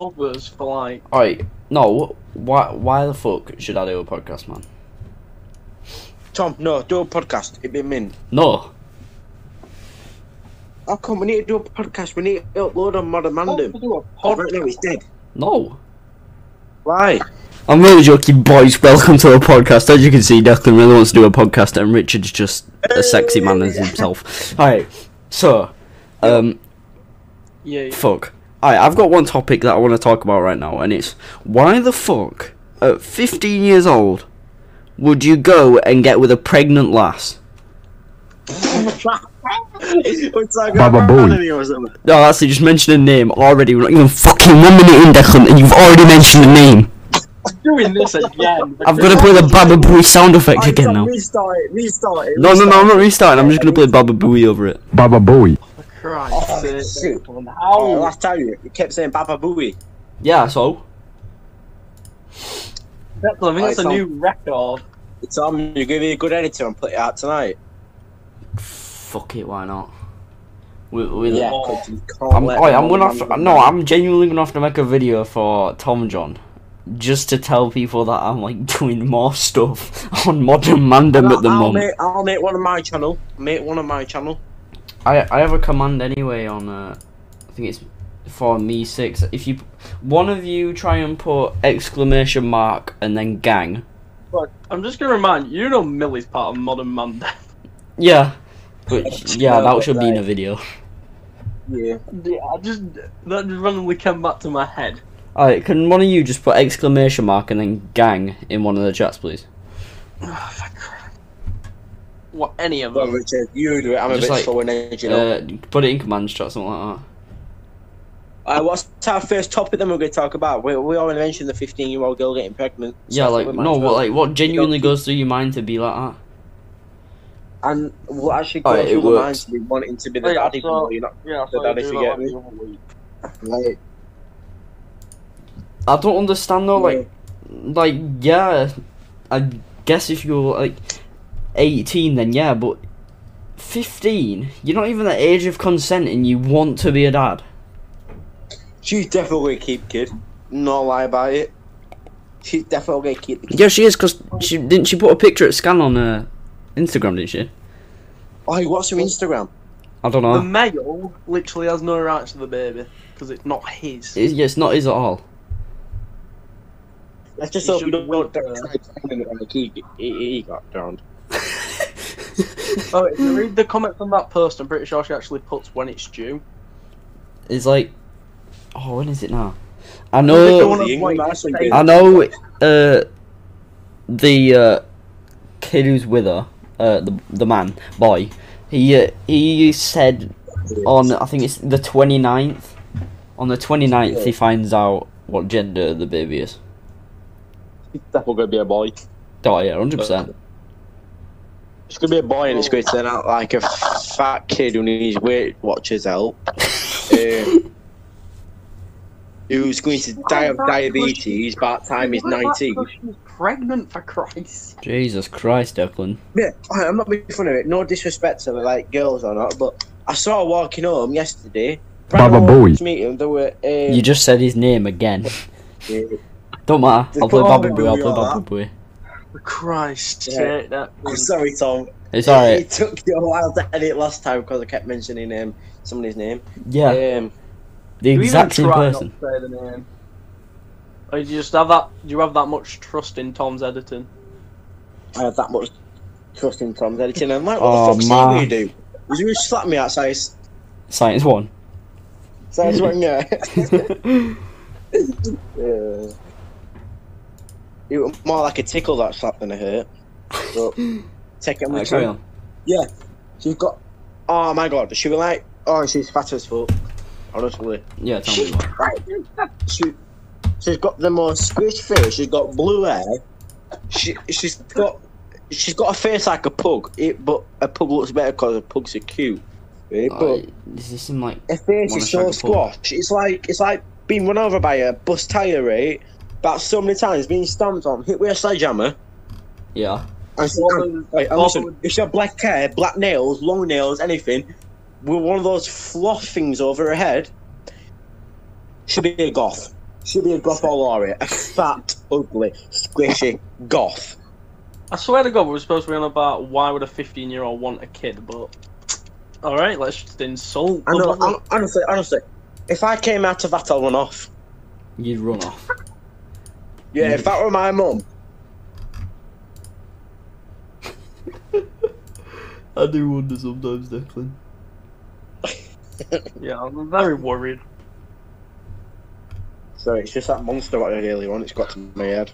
covers for like Alright, no, why why the fuck should I do a podcast, man? Tom, no, do a podcast. It'd be mint. No. How Oh, come we need to do a podcast? We need to upload on Modern Mandem. Oh, right now he's dead. No. Why? I'm really joking, boys. Welcome to the podcast. As you can see, Declan really wants to do a podcast, and Richard's just a sexy man as himself. Alright, so, um, yeah. fuck. Alright, I've got one topic that I want to talk about right now, and it's why the fuck, at 15 years old, would you go and get with a pregnant lass? What's that Baba Boy. or something? No, that's it, just mention a name already. We're not even fucking one minute in, Declan, and you've already mentioned a name. Doing this again. I've got to play the Baba Booey sound effect again now. Restart it, restart it. No, no, no, I'm not restarting. I'm just going to play Baba Booey over it. Baba Booey. Christ Oh, sake, shit. Declan, Oh, How? last time you, you kept saying Baba Booey. Yeah, so? Declan, I think that's a Alright, new record. Tom, you give me a good editor and put it out tonight. Fuck it, why not? We, we, Yeah, Oh. 'cause you can't I'm, let oi, I'm Modern gonna have to, Mandem- no, I'm genuinely gonna have to make a video for Tom John. Just to tell people that I'm like doing more stuff on Modern Mandem at the I'll moment. Make, I'll make one on my channel. Make one on my channel. I I have a command anyway on uh, I think it's for me six. If you one of you try and put exclamation mark and then gang. Look, I'm just gonna remind you, you know Millie's part of Modern Man. Yeah. Which, yeah, No, that but should be in a like- video. Yeah. Yeah, I just that just randomly came back to my head. Alright, can one of you just put exclamation mark and then gang in one of the chats, please? What any of Well, them? Richard, you do it. I'm a Just bit like, slow in energy. you know. Uh, put it in commands chat, something like Uh, what's our first topic then we're going to talk about? We, we already mentioned the 15 year old girl getting pregnant. that. Yeah, So like we might no, as well. what like what genuinely keep- goes through your mind to be like that? And what actually Alright, goes it through the works. mind to be wanting to be Oh, the yeah, daddy, so- even though you're not Yeah, I The thought daddy you do forget that me. the other week. like. I don't understand though. Yeah. Like, like yeah, I guess if you're like eighteen, then yeah, but fifteen, you're not even the age of consent, and you want to be a dad. She's definitely going to keep kid. Not lie about it. She's definitely going to keep the kid. Yeah, she is, cause she didn't. She put a picture at scan on uh, Instagram, didn't she? Oh, what's her Instagram? I don't The know. male literally has no rights to the baby because it's not his. It's, yeah, it's not his at all. Let's just She hope you should don't work want there. that. He, he, he got drowned. Oh, if you read the comment from that post, I'm pretty sure she actually puts when it's due. It's like, oh, when is it now? I they know. don't The England actually did. I know uh, the uh, kid who's with her, uh, the the man boy. He uh, he said on I think it's the 29th. On the 29th, he finds out what gender the baby is. It's definitely going to be a boy. Oh yeah, hundred percent. It's gonna be a boy, and it's going to turn out like a fat kid who needs Weight Watchers help. um, who's going to die of diabetes by the time he's What about 19? because She's pregnant for Christ. Jesus Christ, Declan. Yeah, I- I'm not making fun of it. No disrespect to like girls or not, but I saw her walking home yesterday. Baba Ran Booey. to meet him. They were. Um, You just said his name again. uh, Don't matter. I'll play Oh, Baba Booey. I'll we play are. Baba Booey. For Christ's Yeah. sake, that I'm sorry, Tom. It's alright. It took you a while to edit last time because I kept mentioning um, somebody's name. Yeah, Um, Do the you exact even same try person. Not to say the name? Or do you just have that? Do you have that much trust in Tom's editing? I had that much trust in Tom's editing. I'm like, what Oh, the fuck's man. that you do? He's going to slap me outside. Science one. So I swung yeah. yeah. It was more like a tickle that slap than a hurt. But take it on the Alright, carry chin. on. She's got. Oh my god, she was like. Oh, she's fat as fuck. Honestly. Yeah, tell me. more. She, she's got the most squished face. She's got blue hair. She, she's got. She's got a face like a pug, it, but a pug looks better because a pugs are cute. eh, but Alright, Does this seem like Her face Wanna is so shag a pug? squashed. It's like it's like being run over by a bus tire, right? About so many times, being stamped on, hit with a sledgehammer. yeah? And she, Also- and, wait, and also- listen, if she had black hair, black nails, long nails, anything, with one of those fluff things over her head, she'd be a goth. Should be a goth or laurie. A fat, ugly, squishy goth. I swear to God, we were supposed to be on about why would a 15 year old want a kid, but. Alright, let's just insult. I the know, man. hon- honestly, honestly. If I came out of that, I'd run off. You'd run off. Yeah, if that were my mum, I do wonder sometimes, Declan. Yeah, I'm very worried. So it's just that monster what I really want. It's got to my head.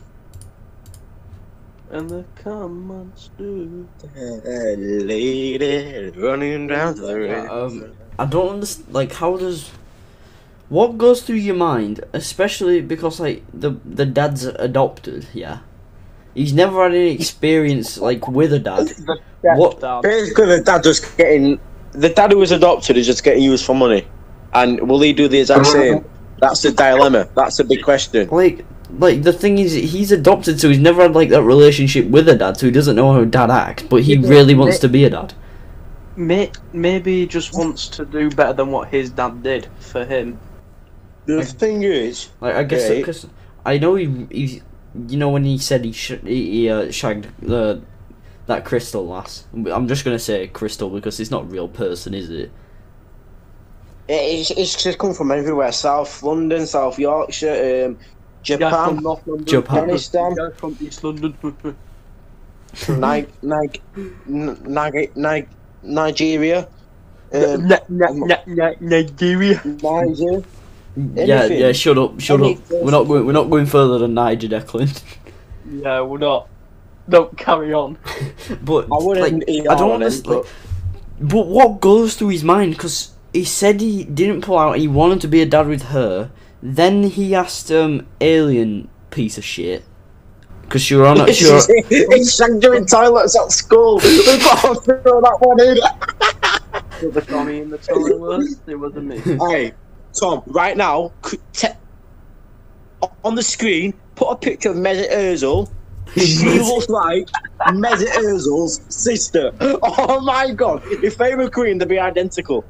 And the comments do. A lady running down the road. Um, I don't understand. Like, how does what goes through your mind, especially because like the the dad's adopted. Yeah, he's never had any experience like with a dad. The What- stepdad. Basically, the dad just getting the dad who was adopted is just getting used for money. And will he do the exact same? That's the dilemma. That's the big question. Like, like the thing is, he's adopted, so he's never had like that relationship with a dad, so he doesn't know how dad acts. But he Yeah, but really wants it- to be a dad. May- Maybe he just wants to do better than what his dad did for him. The thing is, Like, I guess Okay. because I know he, he, you know, when he said he sh- he, he uh, shagged the that crystal lass. I'm just gonna say crystal because it's not a real person, is it? it's, it's just come from everywhere: South London, South Yorkshire, um, Yeah, Japan, Um, from North London. Japan. Afghanistan, Yeah, from East London. Ni- Ni- Ni- Ni- Ni- Nigeria, um, Ni- ni- ni- ni- Nigeria. Niger. Yeah, Anything. yeah. Shut up, shut up. Anything. We're not going. We're not going further than Niger Declan. Yeah, we're not. Don't carry on. but I wouldn't. like, eat I don't all of them, understand. but- Like, but what goes through his mind? Because he said he didn't pull out. He wanted to be a dad with her. Then he asked um alien piece of shit. Because she were on. a- she were, It's shagged her in toilets at school. We've got to throw that one in. The Tommy in the toilet was. It wasn't me. Hey, Tom, right now, c- te- on the screen, put a picture of Mesut Ozil. She looks like Mesut Ozil's sister. Oh my god! If they were Queen, they'd be identical.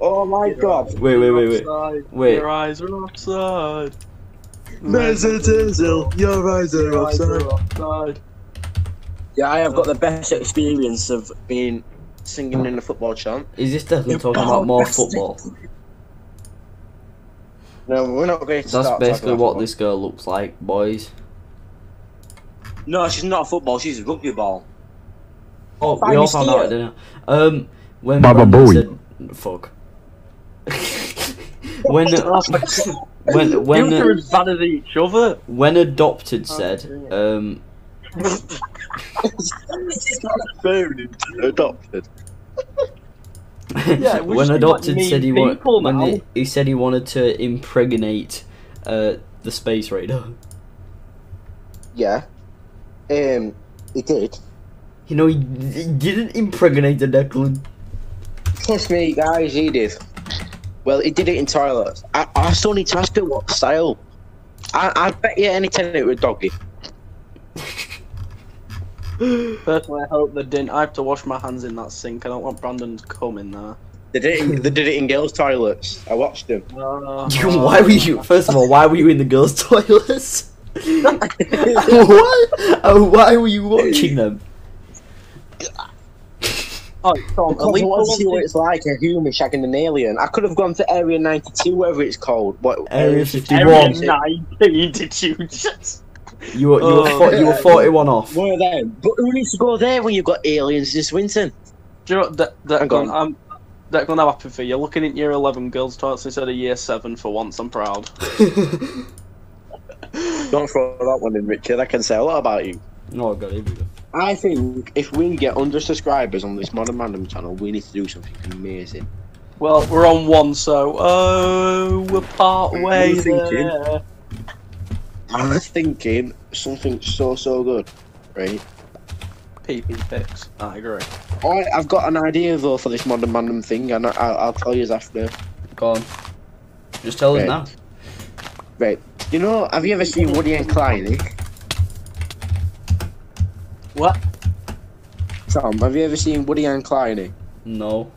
Oh my god! wait, wait, wait, wait. Offside. Wait. Your eyes are offside. Mesut Ozil, your eyes are Your eyes offside. are offside. Yeah, I have got the best experience of being singing in a football chant. Is this Declan talking Oh, about more football? No, we're not going to That's start talking basically about what football. this girl looks like, boys. No, she's not football. She's rugby ball. Oh, we Finally all found out at see dinner. Um, when Baba Brandon Booey. said, fuck. when When when when uh, you are as bad as each other. when adopted said, dear. um, She's not adopted. Adopted. Yeah, we when just be adopted like said he mean wanted people when now. he, he said he wanted to impregnate uh the space raider. Yeah. Um, he did. You know he, he didn't impregnate the Declan. Trust me, guys, he did. Well, he did it in toilets. I, I still need to ask her what style. I, I bet you any tenant with doggy. Personally, I hope they didn't. I have to wash my hands in that sink. I don't want Brandon to come in there. They did it. In, they did it in girls' toilets. I watched them. Uh, Oh, why were you? First of all, why were you in the girls' toilets? what? Oh, why were you watching them? Oh, Tom, Because I Elite want to see what Wanted- it's like a human shagging an alien. I could have gone to Area 92, whatever it's uh, called. What, Area Area 51. 19, did you just? You were you were, Oh. fo- you were forty one off. One of them. But who needs to go there when you've got aliens this winter? Do you know, De- Hang Declan, on. I'm, Declan, I'm happy for you. Looking at year 11 girls' toilets instead of year 7 for once, I'm proud. Oh, Don't throw that one in, Richard. I can say a lot about you. oh god, here we go. I think if we get 100 subscribers on this Modern Random channel, we need to do something amazing. Well, we're on one, so oh, we're part way What are you thinking? there. I was thinking something so, so good, right? PP picks. I agree. I, I've got an idea, though, for this Modern Random thing, and I, I'll I'll tell you after. Go on. Just tell him now. Right. Right. You know, have you ever seen Woody and Clyde? What? Tom, have you ever seen Woody and Clyde? No.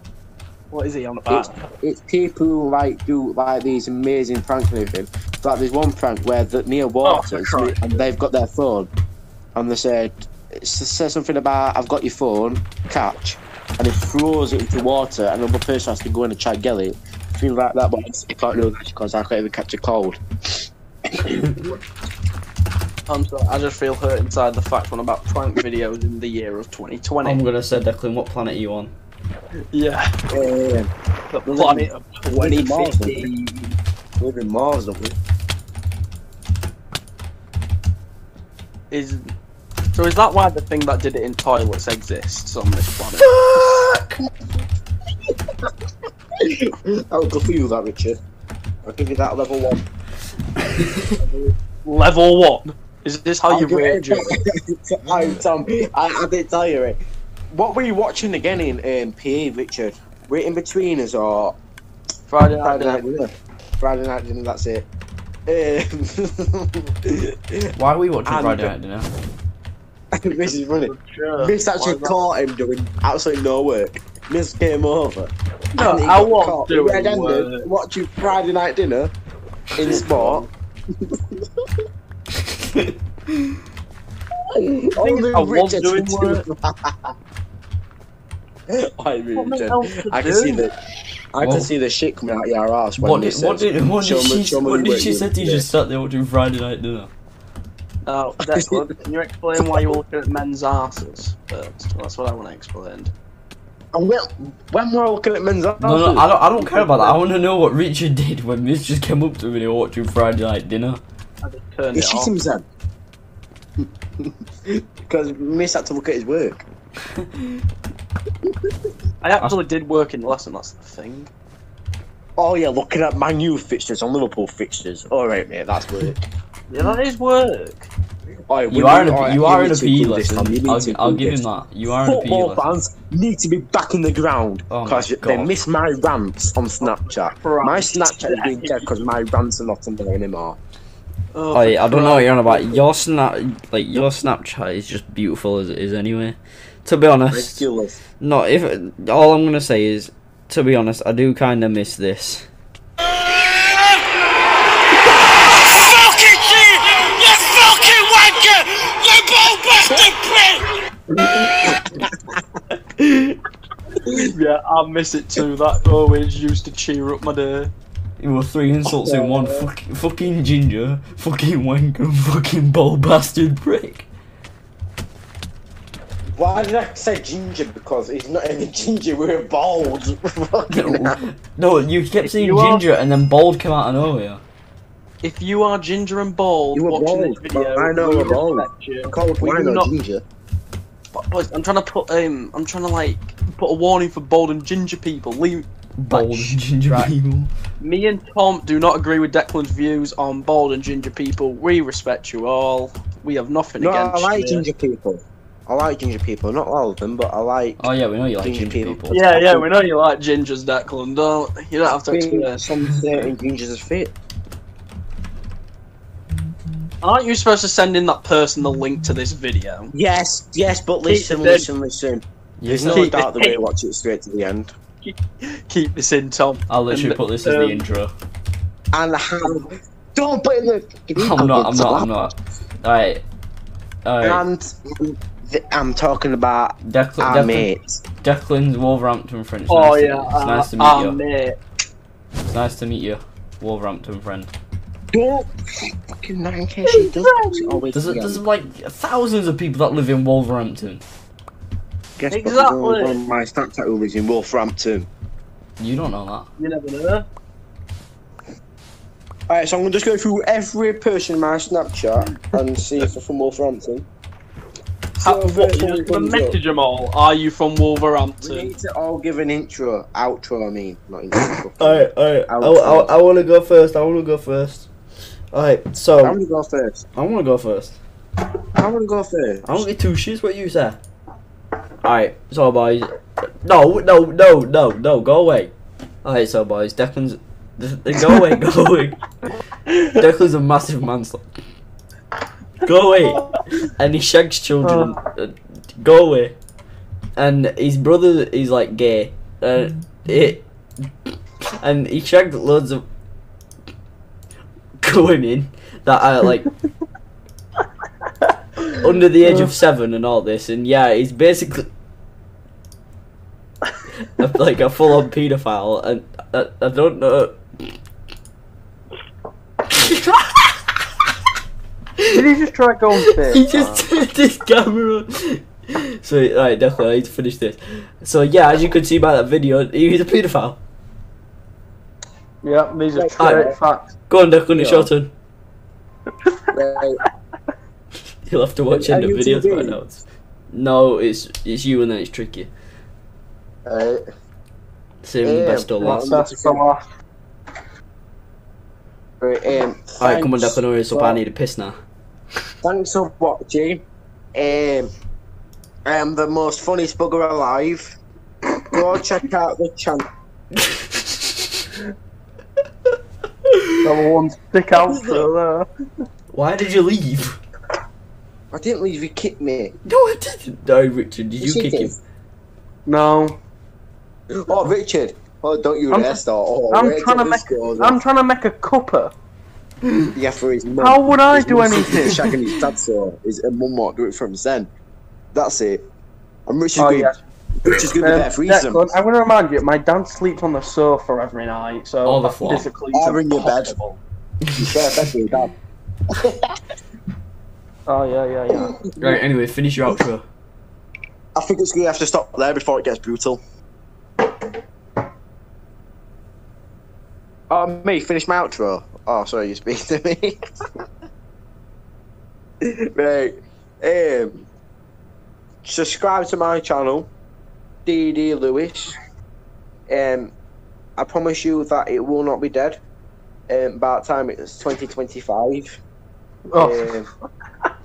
What is he on about? It's people who like do like these amazing pranks and everything. Like there's one prank where the Nia Waters Oh, for Christ. and they've got their phone, and they said it s- says something about I've got your phone, catch, and they throws it into water, and another person has to go in and try and get it. Feel like that, but I can't do that because I can't even catch a cold. I'm sorry, I just feel hurt inside the fact when about prank videos in the year of 2020. I'm gonna say, Declan, what planet are you on? Oh, yeah, the planet of We're in Mars, 2050. aren't we? We're in Mars, aren't we? Is so? Is that why the thing that did it in toilets exists on this planet? That was good for you, that Richard. I'll give you that level one. Level one. Is this how I'll Oh, you give rate it- Joe? I, Tom, I, I didn't tell you it. What were you watching again in um, PE, Richard? Were it in between us or Friday night. Friday dinner. night dinner? Friday night dinner. That's it. Um, Why are we watching And- Friday Night Dinner? this is funny. Sure. Miss Why actually not? caught him doing absolutely no work. Miss came over. No, and he I got won't caught do any red-handed work. Watching Friday night dinner in sport. Only I was Richard doing to work. do that. I What really the did. hell to I can do? see the, I Well- can see the shit coming out of your ass when What you did, what says, did, what "Show did me- she, show me what did what she you say to you did." just sat there watching Friday Night Dinner? No, Declan, Oh, can you explain why you're looking at men's asses first? That's what I want to explain. And when, when we're looking at men's asses, No, no, I don't, I don't care about that. I want to know what Richard did when Miss just came up to me and they were watching Friday Night Dinner. I just turned he it shit off. himself. Because Miss had to look at his work. I actually did work in the lesson, that's the thing. Oh yeah, looking at Man U fixtures and Liverpool fixtures. All right, mate, that's work. Yeah, that is work. All right, we You are in need- all a, right, you we are in need a to PE improve this, Tom, you lesson. need I'll, to gi- I'll improve give this. him that. You are in a PE Football lesson. fans need to be back in the ground Oh my because they God. miss my rants on Snapchat. Christ. My Snapchat is being dead because my rants are not in there anymore. Oh, Oh, for yeah, I don't know what Christ. you're on about. Your snap, like your Snapchat, is just beautiful as it is anyway. To be honest, Ridiculous. no. If all I'm gonna say is, to be honest, I do kind of miss this. fucking shit! You fucking wanker! You ball bastard prick! Yeah, I miss it too. That always used to cheer up my day. It was three insults in one. Fuck, fucking ginger, fucking wank, and fucking ball bastard prick. Why did I say ginger? Because it's not even ginger. We're bald. Fucking hell. No, no, you kept saying You are- ginger, and then bald came out of nowhere. If you are ginger and bald You were watching bald, this video, but I know we you're bald. respect you. Called We do Rhino not- ginger. But, boys, I'm trying to put um, I'm trying to like put a warning for bald and ginger people. Leave Bald Like, ginger right. people. me and Tom do not agree with Declan's views on bald and ginger people. We respect you all. We have nothing No, against I like you. ginger people. I like ginger people. Not all of them, but I like. Oh yeah, we know you like Ginger ginger people. people. Yeah, yeah, we know you like gingers, Declan. Don't you don't have to think explain. some certain gingers are fit. Aren't you supposed to send in that person the link to this video? Yes, yes, but listen, Keep it listen, listen. There's no Keep doubt it- that we watch it straight to the end. Keep this in, Tom. I'll literally And, put this as the um, intro. And have don't put in the. I'm not. I'm not. I'm not. Alright. Alright. And th- I'm talking about Declan, our Declan, mates. Declan's Wolverhampton friend. It's Oh nice yeah, To, it's nice to meet ah, you. mate. It's nice to meet you, Wolverhampton friend. Don't fucking not in case she does. box it always There's, to the there's end. like thousands of people that live in Wolverhampton. Guess what? Exactly. One of my Snapchat was in Wolverhampton. You don't know that. You never know. Alright, so I'm gonna just go through every person in my Snapchat and see if they're from Wolverhampton. How, So, what, first you're one just gonna comes up. message them all. Are you from We Wolverhampton? need to all give an intro, outro. I mean, not intro. Alright, alright. I- I- I want to go first. I want to go first. Alright, so I'm gonna go first. I want to go first. I'm gonna go first. I don't get two shits what you say. Alright, so boys. No, no, no, no, no, go away. Alright, so boys, Declan's. Go away, go away. Declan's a massive manslaughter. Go away. And he shags children. Uh, Go away. And his brother is like gay. Uh, it, and he shagged loads of. women that are like under the age of seven and all this, and yeah, he's basically a- like a full-on paedophile, and I, I don't know. Did he just try going fit? he just turned his camera. on. So right, definitely I need to finish this. So yeah, as you could see by that video, he was a paedophile. Yeah, these are Right. straight Right. facts. Go on, Declan, it's your turn. Right. You'll have to watch Are end of you videos TV? by now. It's- No, it's it's you and then it's tricky. Uh, Saving the Yeah, best till well, last. that- That's the last. right, um, Alright, come on, thanks Declan, hurry us up. I for- need a piss now. Thanks for watching. Um, I am the most funniest bugger alive. Go check out the channel. Number one stick out there. Why did you leave? I didn't leave you kick me. No, I didn't. No, Richard, did you Yes, you kick him? No, Oh, Richard. Oh, don't you I'm- dare start. Oh, I'm wait trying to till this goes make. I'm trying to make a cuppa. on. Yeah, for his mum. How would I His do mum's anything? Shagging his dad so his mum won't do it for him then. That's it. And Richard's Oh going yeah. Richard's going to be Um, there for his Declan, I want to remind you, my dad sleeps on the sofa every night, so On the floor. physically it's Or in your bed. impossible. Yeah, that's it, Dad. Oh yeah, yeah, yeah. Right, anyway, finish your outro. I think it's going to have to stop there before it gets brutal. Oh, me, finish my outro. Oh, sorry, you speak to me. right. Um, subscribe to my channel, DD Lewis. Um, I promise you that it will not be dead. Um, by the time it's 2025. Oh, Um,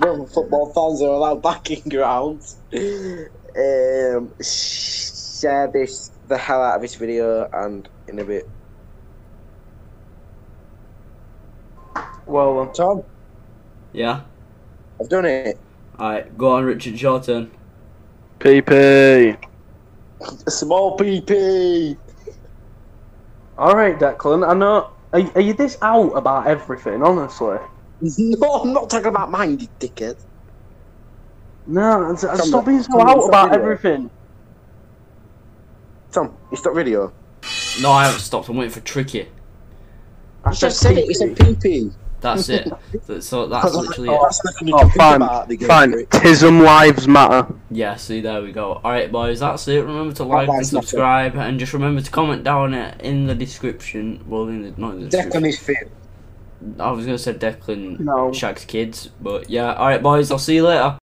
well, football fans are allowed back in grounds. Um, share this, the hell out of this video, and in a bit. well, um, Tom, Yeah? I've done it. Alright, go on, Richard, it's your turn. PP. Small PP. All right, Declan. I know. Are, are you this out about everything? Honestly, No, I'm not talking about mine, you dickhead. no. it's- uh, Come Stop on, being so come on, out stop about being out. everything. Tom, you stopped video. No, I haven't stopped. I'm waiting for Tricky. I You just said it. You said PP. PP. That's it. so, so that's literally Oh, it. that's nothing you Oh, can think fine, about the game, fine. Rick. Tism lives matter. Yeah, see, there we go. Alright, boys, that's it. Remember to like Bye-bye, and Snapchat. subscribe, and just remember to comment down it in the description. Well, in the, not in the Declan description. is fit. I was going to say Declan No. Shaq's kids, but yeah. Alright, boys, I'll see you later.